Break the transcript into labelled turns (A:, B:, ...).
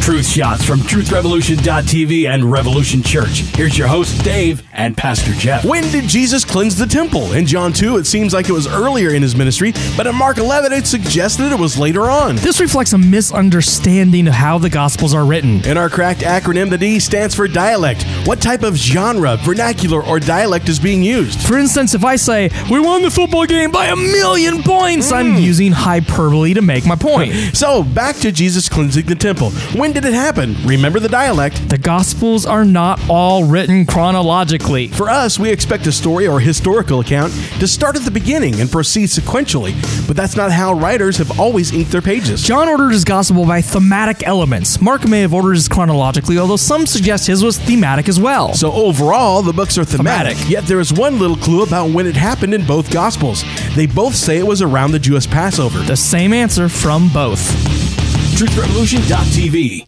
A: Truth Shots from TruthRevolution.tv and Revolution Church. Here's your host, Dave, and Pastor Jeff.
B: When did Jesus cleanse the temple? In John 2, it seems like it was earlier in his ministry, but in Mark 11, it suggests that it was later on.
C: This reflects a misunderstanding of how the Gospels are written.
B: In our cracked acronym, the D stands for dialect. What type of genre, vernacular, or dialect is being used?
C: For instance, if I say, We won the football game by a million points,
B: Mm.
C: I'm using hyperbole to make my point.
B: So, back to Jesus cleansing the temple. When did it happen? Remember the dialect.
C: The Gospels are not all written chronologically.
B: For us, we expect a story or historical account to start at the beginning and proceed sequentially, but that's not how writers have always inked their pages.
C: John ordered his gospel by thematic elements. Mark may have ordered his chronologically, although some suggest his was thematic as well.
B: So overall, the books are thematic,
C: Thematic.
B: yet there is one little clue about when it happened in both Gospels. They both say it was around the Jewish Passover.
C: The same answer from both.
A: TruthRevolution.tv.